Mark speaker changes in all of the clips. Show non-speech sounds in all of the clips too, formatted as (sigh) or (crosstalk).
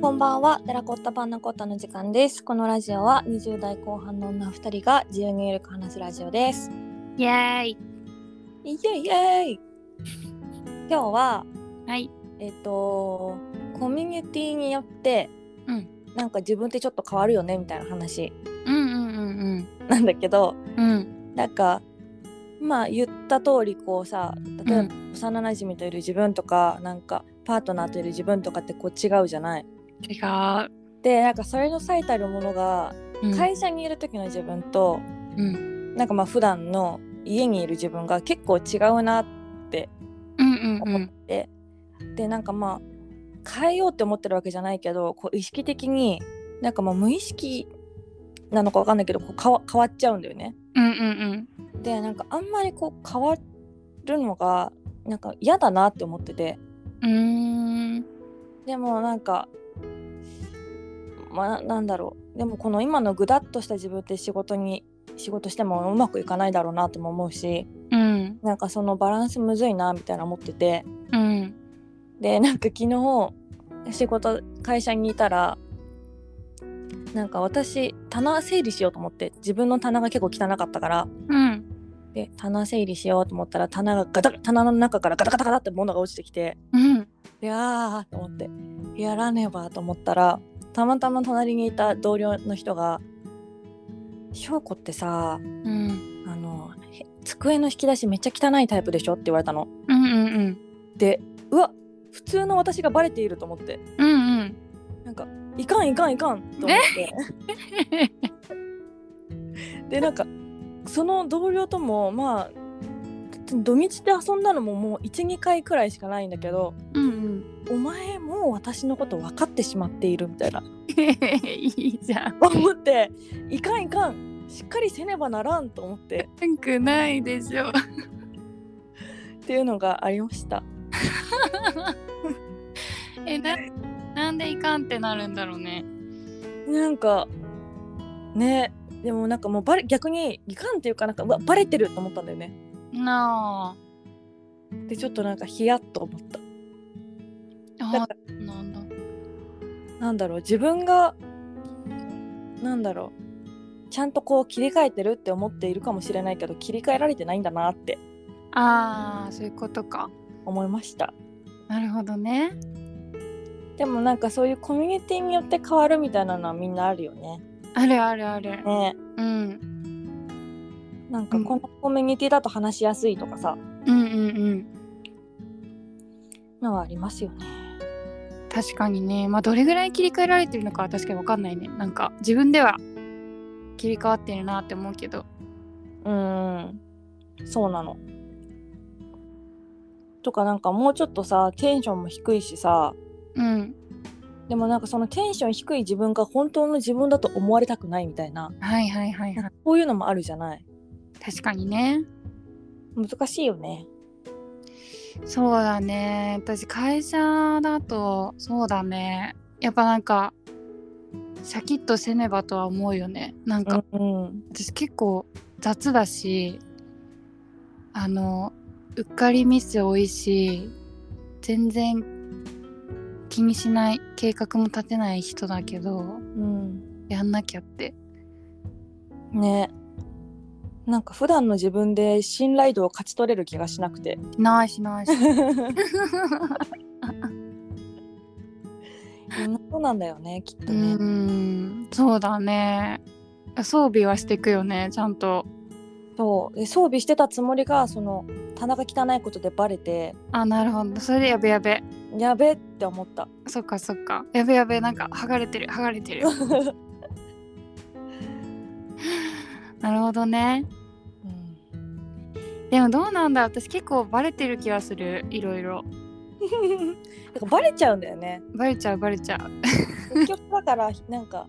Speaker 1: こんばんは、テラコッタパンナコッタの時間です。このラジオは20代後半の女2人が自由にゆるく話すラジオです。
Speaker 2: イエーイ
Speaker 1: イエイイエイ今日は、
Speaker 2: はい
Speaker 1: えっ、と、コミュニティによって、
Speaker 2: うん
Speaker 1: なんか自分ってちょっと変わるよねみたいな話
Speaker 2: うんうんうん
Speaker 1: なんだけど、
Speaker 2: うんうん
Speaker 1: なんか、まあ言った通りこうさ、例えば
Speaker 2: うん
Speaker 1: 幼馴染といる自分とか、なんかパートナーといる自分とかってこう違うじゃない。
Speaker 2: 違う、
Speaker 1: で、なんかそれの最たるものが、
Speaker 2: うん、
Speaker 1: 会社にいる時の自分と、
Speaker 2: うん
Speaker 1: なんかまあ普段の家にいる自分が結構違うなって
Speaker 2: うんうんう
Speaker 1: 思っ
Speaker 2: ん
Speaker 1: て、でなんかまあ変えようって思ってるわけじゃないけどこう意識的になんかまあ無意識なのかわかんないけどこう変わ変わっちゃうんだよね。
Speaker 2: うんうん
Speaker 1: でなんかあんまりこう変わるのがなんか嫌だなって思ってて
Speaker 2: うんうーん
Speaker 1: でもなんかまあなんだろうでもこの今のぐだっとした自分って仕事に仕事してもうまくいかないだろうなとも思うし。
Speaker 2: うん
Speaker 1: なんかそのバランスむずいなみたいな思ってて
Speaker 2: うん
Speaker 1: でなんか昨日仕事会社にいたらなんか私棚整理しようと思って自分の棚が結構汚かったから
Speaker 2: うん
Speaker 1: で棚整理しようと思ったら棚がガタ棚の中からガタガタガタって物が落ちてきて
Speaker 2: うん
Speaker 1: であーと思ってやらねばと思ったらたまたま隣にいた同僚の人が「翔子ってさ
Speaker 2: うん
Speaker 1: あのへ机の引き出しめっちゃ汚いタイプでしょ?」って言われたの。
Speaker 2: うんうん
Speaker 1: でうわ普通の私がバレていると思って
Speaker 2: うんうん
Speaker 1: なんかいかんいかんいかんと思ってでなんかその同僚ともまあ土日で遊んだのももう12回くらいしかないんだけど
Speaker 2: うんうん
Speaker 1: お前もう私のこと分かってしまっているみたいな
Speaker 2: いいじゃん
Speaker 1: 思っていかんいかんしっかりせねばならんと思って
Speaker 2: 悪くないでしょ
Speaker 1: っていうのがありました
Speaker 2: えななんでいかんってなるんだろうね
Speaker 1: なんかねでもなんかもうバレ逆にいかんっていうかなんかうわバレてると思ったんだよね
Speaker 2: な
Speaker 1: でちょっとなんかヒヤッと思った
Speaker 2: あ
Speaker 1: だ
Speaker 2: あ
Speaker 1: か
Speaker 2: なんだ
Speaker 1: なんだろう自分がなんだろうちゃんとこう切り替えてるって思っているかもしれないけど切り替えられてないんだなって
Speaker 2: あーそういうことか
Speaker 1: 思いました
Speaker 2: なるほどね
Speaker 1: でもなんかそういうコミュニティによって変わるみたいなのはみんなあるよね
Speaker 2: あるあるある
Speaker 1: ね
Speaker 2: うん
Speaker 1: なんかこのコミュニティだと話しやすいとかさ
Speaker 2: うんうんうん
Speaker 1: のはありますよね
Speaker 2: 確かにねまあどれぐらい切り替えられてるのかは確かに分かんないねなんか自分では切り替わってるなって思うけど
Speaker 1: うーんそうなのとかなんかもうちょっとさテンションも低いしさ
Speaker 2: うん
Speaker 1: でもなんかそのテンション低い自分が本当の自分だと思われたくないみたいな
Speaker 2: はいはいはいはい
Speaker 1: そういうのもあるじゃない
Speaker 2: 確かにね
Speaker 1: 難しいよね。
Speaker 2: そうだね私会社だとそうだねやっぱなんかシャキッとせねばとは思うよねなんか
Speaker 1: うん、
Speaker 2: 私結構雑だしあのうっかりミス多いし全然気にしない計画も立てない人だけど
Speaker 1: うん、
Speaker 2: やんなきゃって
Speaker 1: ねなんか普段の自分で信頼度を勝ち取れる気がしなくて
Speaker 2: しないしないし
Speaker 1: そうなんだよねきっと
Speaker 2: う
Speaker 1: ね、
Speaker 2: んそうだね装備はしていくよねちゃんと
Speaker 1: そうで装備してたつもりがその棚が汚いことでバレて
Speaker 2: あなるほどそれでやべやべ
Speaker 1: やべって思った
Speaker 2: そっかそっかやべやべなんか剥がれてる剥がれてる
Speaker 1: (laughs)
Speaker 2: なるほどね
Speaker 1: うん
Speaker 2: でもどうなんだ私結構バレてる気がするいろいろ
Speaker 1: なんかバレちゃうんだよね
Speaker 2: バレちゃうバレちゃう
Speaker 1: 結局だからなんか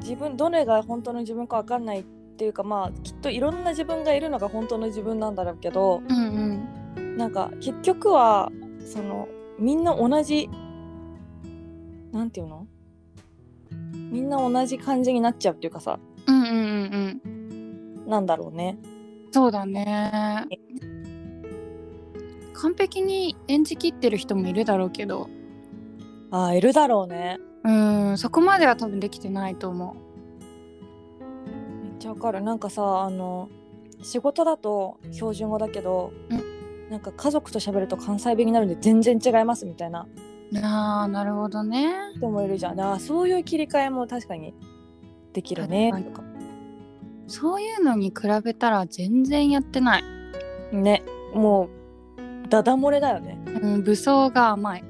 Speaker 1: 自分どれが本当の自分かわかんないっていうかまあきっといろんな自分がいるのが本当の自分なんだろうけど、
Speaker 2: うんうん
Speaker 1: なんか結局はそのみんな同じなんていうのみんな同じ感じになっちゃうっていうかさ
Speaker 2: うんうんうんうん
Speaker 1: なんだろうね
Speaker 2: そうだね完璧に演じきってる人もいるだろうけど
Speaker 1: あーいるだろうね
Speaker 2: うんそこまでは多分できてないと思
Speaker 1: めっちゃわかるなんかさあの仕事だと標準語だけど、
Speaker 2: う
Speaker 1: なんか家族と喋ると関西弁になるんで全然違いますみたいな
Speaker 2: うあーなるほどね
Speaker 1: 人もいるじゃんあーそういう切り替えも確かにできるね
Speaker 2: 確
Speaker 1: とか
Speaker 2: そういうのに比べたら全然やってない、
Speaker 1: ねもうダダ漏れだよね
Speaker 2: うん、武装が甘い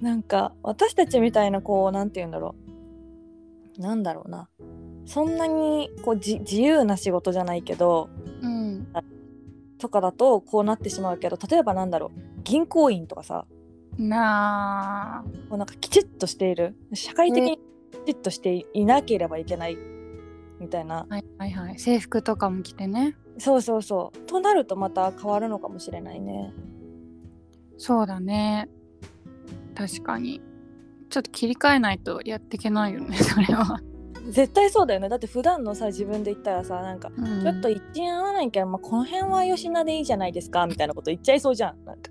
Speaker 1: なんか私たちみたいなこうなんて言うんだろうなんだろうなそんなにこうじ自由な仕事じゃないけど
Speaker 2: うん
Speaker 1: とかだとこうなってしまうけど例えばなんだろう銀行員とかさ
Speaker 2: なあ
Speaker 1: こうなんかきちっとしている社会的にきちっとしていなければいけないみたいな
Speaker 2: はいはいはい制服とかも着てね
Speaker 1: そうそうそうとなるとまた変わるのかもしれないね
Speaker 2: そうだね確かにちょっと切り替えないとやっていけないよねそれは、
Speaker 1: 絶対そうだよねだって普段のさ自分で言ったらさなんか
Speaker 2: うん
Speaker 1: ちょっと一円合わないけど、まあ、この辺は吉名でいいじゃないですかみたいなこと言っちゃいそうじゃんなんか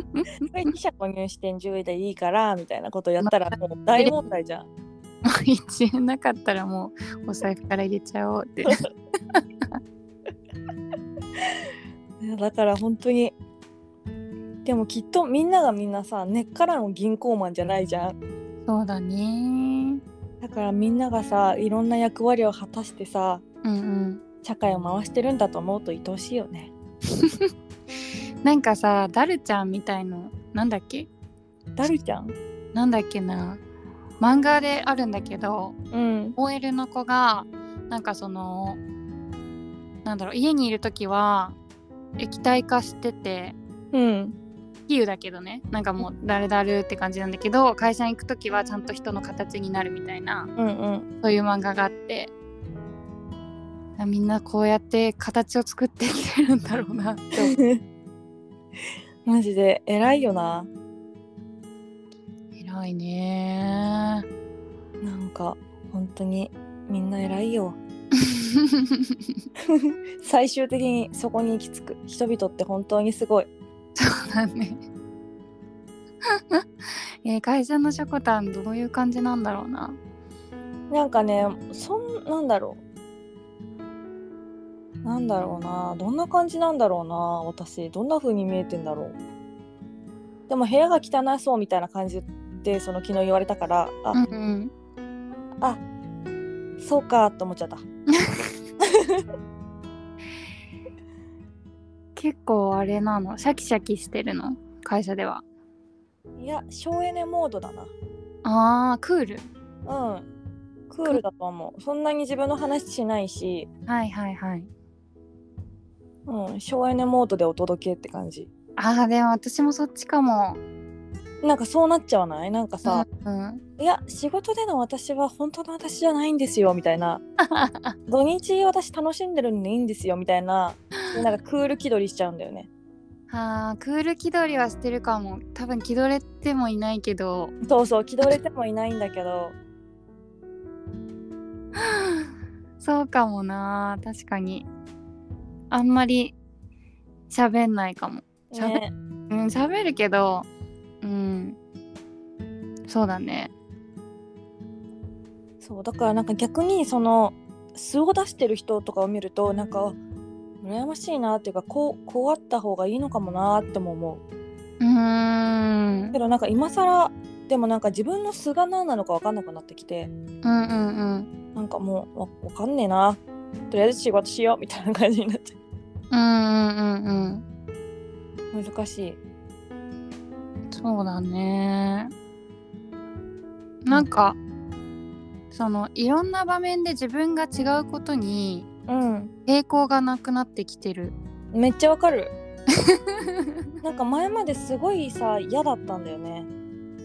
Speaker 2: (laughs)
Speaker 1: これ2社購入して10位でいいからみたいなことやったらもう大問題じゃん。
Speaker 2: 1円なかったらもうお財布から入れちゃおうって
Speaker 1: いやだから本当にでもきっとみんながみんなさ根っからの銀行マンじゃないじゃん。
Speaker 2: (laughs) そうだね
Speaker 1: だからみんながさいろんな役割を果たしてさ
Speaker 2: うん
Speaker 1: 社会を回してるんだと思うと愛おしいよね。
Speaker 2: うんなんかさダルちゃんみたいのなんだっけ
Speaker 1: だるちゃん
Speaker 2: なんだっけな漫画であるんだけど
Speaker 1: うん。
Speaker 2: OL の子がなんかそのなんだろう家にいる時は液体化してて
Speaker 1: うん。
Speaker 2: 比喩だけどねなんかもうだるだるって感じなんだけど会社に行く時はちゃんと人の形になるみたいな
Speaker 1: うんうん。
Speaker 2: そういう漫画があってみんなこうやって形を作ってきてるんだろう (laughs) なって思う
Speaker 1: マジで偉いよな。
Speaker 2: 偉いね (laughs) ー
Speaker 1: なんか本当にみんな偉いよ。最終的にそこに行き着く人々って本当にすごい。
Speaker 2: そうだねえー会社のショコタンどういう感じなんだろうな
Speaker 1: なんかねそんなんだろうなんだろうなどんな感じなんだろうな私どんな風に見えてんだろうでも部屋が汚そうみたいな感じでその昨日言われたからあ、
Speaker 2: うんうん
Speaker 1: そうかって思っちゃった
Speaker 2: 結構あれなのシャキシャキしてるの会社ではい
Speaker 1: や省エネモードだな
Speaker 2: あークール
Speaker 1: うんクールだと思うそんなに自分の話しないし、
Speaker 2: はいはいはい
Speaker 1: うん、省エネモードでお届けって感じ
Speaker 2: あーでも私もそっちかも
Speaker 1: なんかそうなっちゃわないなんかさ、
Speaker 2: うんうん
Speaker 1: いや仕事での私は本当の私じゃないんですよみたい
Speaker 2: (laughs)
Speaker 1: な土日私楽しんでるんでいいんですよみたいななんかクール気取りしちゃうんだよね
Speaker 2: あークール気取りはしてるかも多分気取れてもいないけど
Speaker 1: そうそう気取れてもいないんだけ
Speaker 2: (laughs)
Speaker 1: ど
Speaker 2: そうかもな確かにあんまり喋んないかも喋
Speaker 1: ね
Speaker 2: うん喋るけどうんそうだね
Speaker 1: そうだからなんか逆にその素を出してる人とかを見るとなんか羨ましいなっていうかこうこうあった方がいいのかもなっても思う
Speaker 2: うーん
Speaker 1: けどなんか今更でもなんか自分の素が何なのか分かんなくなってきて
Speaker 2: うんうん
Speaker 1: なんかもうわわかんねえなとりあえず仕事しようみたいな感じになっちゃう
Speaker 2: うんうんうんうん
Speaker 1: 難しい
Speaker 2: うんそうだねなんかそのいろんな場面で自分が違うことに
Speaker 1: うん
Speaker 2: 抵抗がなくなってきてる
Speaker 1: めっちゃわかる (laughs) なんか前まですごいさ嫌だったんだよね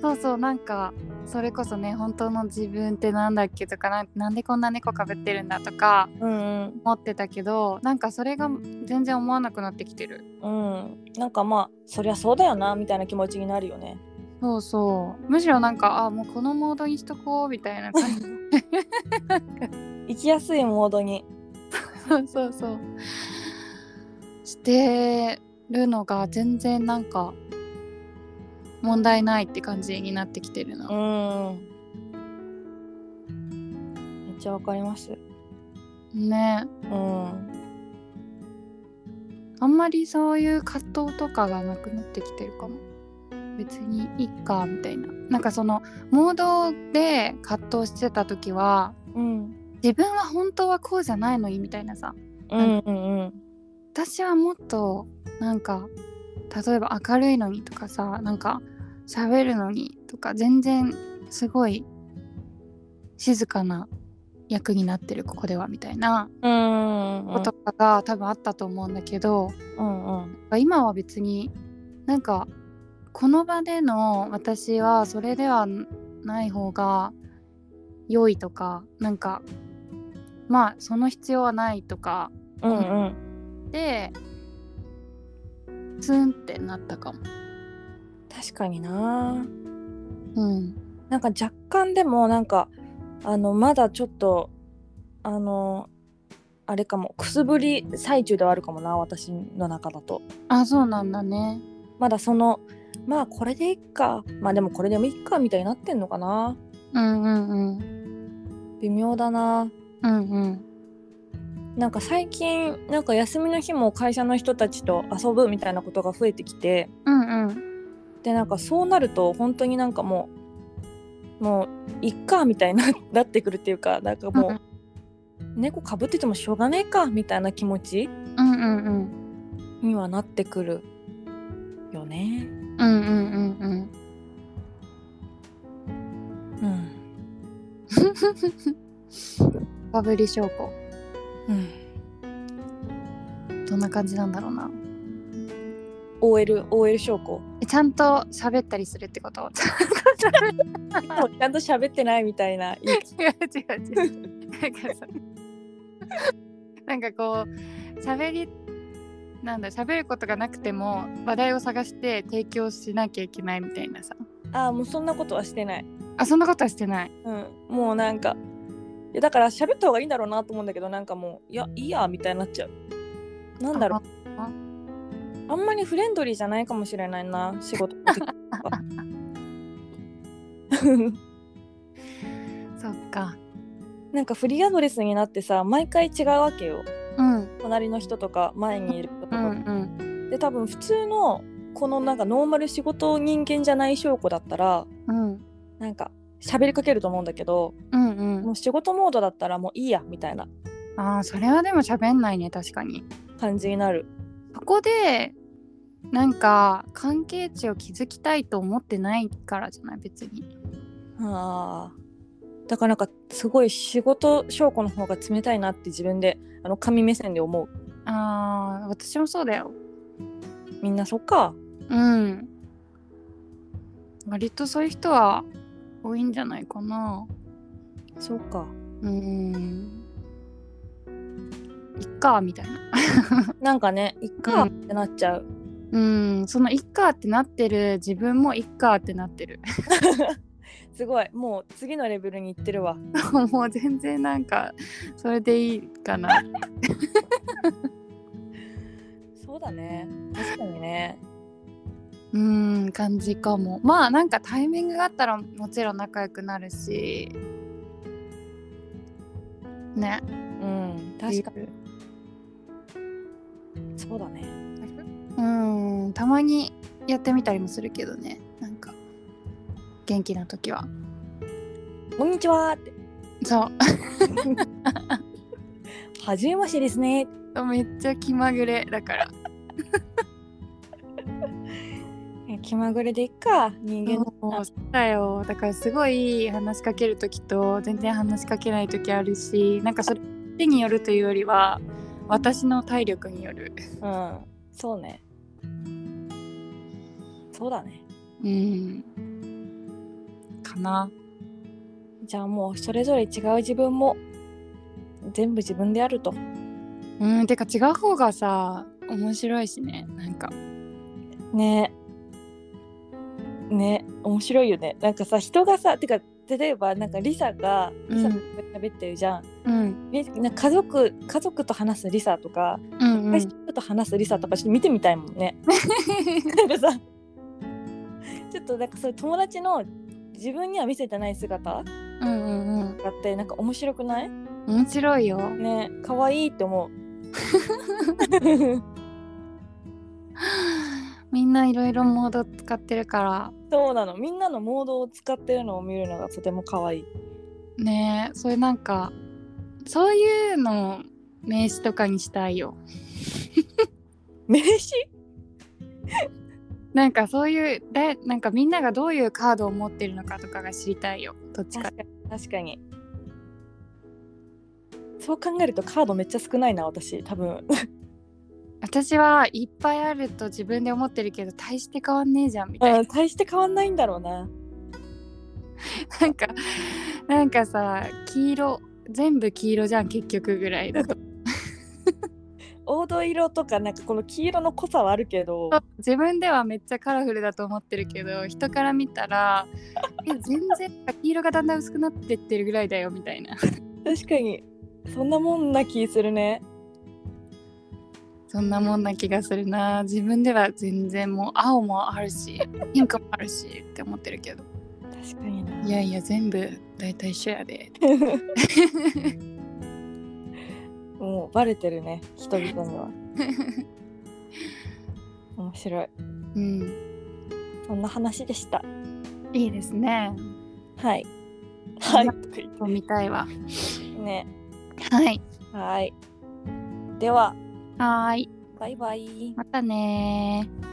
Speaker 2: そうそうなんかそれこそね本当の自分ってなんだっけとかなんなんでこんな猫かぶってるんだとか
Speaker 1: うん
Speaker 2: 思ってたけどなんかそれが全然思わなくなってきてる
Speaker 1: うんうんなんかまあそりゃそうだよなみたいな気持ちになるよね
Speaker 2: そうそうむしろなんかあもうこのモードにしとこうみたいな感 (laughs) じ
Speaker 1: 生きやすいモードに
Speaker 2: そうそうそうしてるのが全然なんか問題ないって感じになってきてる
Speaker 1: う
Speaker 2: の。
Speaker 1: んめっちゃわかります
Speaker 2: ね
Speaker 1: うん
Speaker 2: あんまりそういう葛藤とかがなくなってきてるかも。別にいいかみたいな。なんかそのモードで葛藤してた時は
Speaker 1: うん
Speaker 2: 自分は本当はこうじゃないのにみたいなさ
Speaker 1: うんうんうん
Speaker 2: 私はもっとなんか例えば明るいのにとかさなんか喋るのにとか全然すごい静かな役になってるここではみたいな
Speaker 1: うん
Speaker 2: こととかが多分あったと思うんだけど、
Speaker 1: うんうん
Speaker 2: 今は別になんかこの場での私はそれではない方が良いとかなんかまあその必要はないとか
Speaker 1: うんうん
Speaker 2: でツンってなったかも。
Speaker 1: 確かにな
Speaker 2: うん。
Speaker 1: なんか若干でもなんかあのまだちょっとあのあれかもくすぶり最中ではあるかもな私の中だと
Speaker 2: あそうなんだね。
Speaker 1: まだそのまあこれでいっかまあでもこれでもいっかみたいになってんのかな
Speaker 2: うんうんうん。
Speaker 1: 微妙だな
Speaker 2: うんうん。
Speaker 1: なんか最近なんか休みの日も会社の人たちと遊ぶみたいなことが増えてきて
Speaker 2: うんうん。
Speaker 1: でなんかそうなると本当になんかもうもういっかみたいな (laughs) なってくるっていうかなんかもう猫かぶっててもしょうがねえかみたいな気持ち
Speaker 2: うんうんうん。
Speaker 1: にはなってくるよね。
Speaker 2: うんうんうんうん。
Speaker 1: うん、
Speaker 2: かぶり証拠。
Speaker 1: うん、
Speaker 2: どんな感じなんだろうな。
Speaker 1: OL, OL 証 (laughs) 拠
Speaker 2: えちゃんと喋ったりするってこと
Speaker 1: でもちゃんと喋ってないみたいな言い
Speaker 2: (laughs) 違う違う違う。 (laughs) なんかさ。なんかこう、喋り、なんだ、喋ることがなくても話題を探して提供しなきゃいけないみたいなさ。
Speaker 1: ああもうそんなことはしてない、
Speaker 2: あ、そんなことはしてない。
Speaker 1: うん、もうなんかいやだから喋った方がいいんだろうなと思うんだけどなんかもういやいいやみたいになっちゃうなんだろうあんまりフレンドリーじゃないかもしれないな仕事の時 (laughs)
Speaker 2: (laughs)
Speaker 1: とか
Speaker 2: そっか。
Speaker 1: なんかフリーアドレスになってさ毎回違うわけよ
Speaker 2: うん。
Speaker 1: 隣の人とか前にいる人と
Speaker 2: う
Speaker 1: か
Speaker 2: ん
Speaker 1: が、
Speaker 2: うん。
Speaker 1: で多分普通のこのなんかノーマル仕事人間じゃない証拠だったら
Speaker 2: うん。
Speaker 1: なんか喋りかけると思うんだけど
Speaker 2: うんう
Speaker 1: も
Speaker 2: ん。
Speaker 1: う仕事モードだったらもういいやみたいな
Speaker 2: ああ、それはでも喋んないね、確かに。
Speaker 1: 感じになる
Speaker 2: そこで、なんか、関係値を築きたいと思ってないからじゃない、別に。
Speaker 1: あーだからなんかすごい仕事証拠の方が冷たいなって自分であの神目線で思う
Speaker 2: ああ、私もそうだよ。
Speaker 1: みんなそっか
Speaker 2: うん。割とそういう人は多いんじゃないかな。
Speaker 1: そうか
Speaker 2: うん。いっか、みたいな。
Speaker 1: なんかねいっかってなっちゃう、
Speaker 2: うん、そのいっかってなってる自分もいっかってなってる。 (laughs)
Speaker 1: すごいもう次のレベルに行ってるわ
Speaker 2: もう全然なんか、それでいいかな。
Speaker 1: そうだね確かにね
Speaker 2: うーん感じかもまあなんかタイミングがあったらもちろん仲良くなるしね
Speaker 1: うん確かにそうだね
Speaker 2: うーんたまにやってみたりもするけどねなんか元気な時は
Speaker 1: こんにちは (laughs) って
Speaker 2: そ
Speaker 1: はじめましてですね
Speaker 2: う (laughs) めっちゃ気まぐれだから
Speaker 1: 気まぐれでいっか人間
Speaker 2: もうそうだよだからすごい話しかける時と全然話しかけない時あるしなんかそれ手によるというよりは私の体力による
Speaker 1: のうんそうねそうだね
Speaker 2: うんかな
Speaker 1: じゃあもうそれぞれ違う自分も全部自分であると
Speaker 2: うんてか違う方がさ面白いしねなんか
Speaker 1: ねね面白いよねなんかさ人がさてか例えばなんかリサが
Speaker 2: うん
Speaker 1: リサと喋ってるじゃん、
Speaker 2: うん
Speaker 1: みなんか家族家族と話すリサとか、
Speaker 2: うんう
Speaker 1: 会
Speaker 2: ん
Speaker 1: 社の人と話すリサとかちょっと見てみたいもん
Speaker 2: (laughs)
Speaker 1: ねなんかさちょっとなんかそういう友達の自分には見せてない姿と
Speaker 2: うんうんうん
Speaker 1: かってなんか面白くない
Speaker 2: 面白いよ
Speaker 1: ね可愛いって
Speaker 2: (laughs)
Speaker 1: 思う
Speaker 2: みんないろいろモード使ってるから
Speaker 1: そうなのみんなのモードを使ってるのを見るのがとても可愛い
Speaker 2: ねえそういうなんかそういうのを名刺とかにしたいよ
Speaker 1: 名刺
Speaker 2: なんかそういうだなんかみんながどういうカードを持ってるのかとかが知りたいよどっちか
Speaker 1: 確かに確かにそう考えるとカードめっちゃ少ないな私多分
Speaker 2: 私はいっぱいあると自分で思ってるけど大して変わんねえじゃんみたいな
Speaker 1: うん (laughs) 大して変わんないんだろうな
Speaker 2: なんかなんかさ黄色全部黄色じゃん結局ぐらいだと
Speaker 1: 黄土色とかなんかこの黄色の濃さはあるけど
Speaker 2: 自分ではめっちゃカラフルだと思ってるけど人から見たらえ全然黄色がだんだん薄くなってってるぐらいだよみたいな
Speaker 1: 確かにそんなもんな気するね
Speaker 2: そんなもんな気がするな自分では全然もう青もあるしピンクもあるしって思ってるけど
Speaker 1: 確かにない
Speaker 2: やいや全部大体一緒やで
Speaker 1: (laughs) もうバレてるね人々に (laughs) は面白い
Speaker 2: うん
Speaker 1: そんな話でした
Speaker 2: いいですね
Speaker 1: はいはい
Speaker 2: な
Speaker 1: とか言っ
Speaker 2: 見たいわ
Speaker 1: てね
Speaker 2: はい
Speaker 1: はいでは
Speaker 2: はーい
Speaker 1: バイバイ
Speaker 2: またねー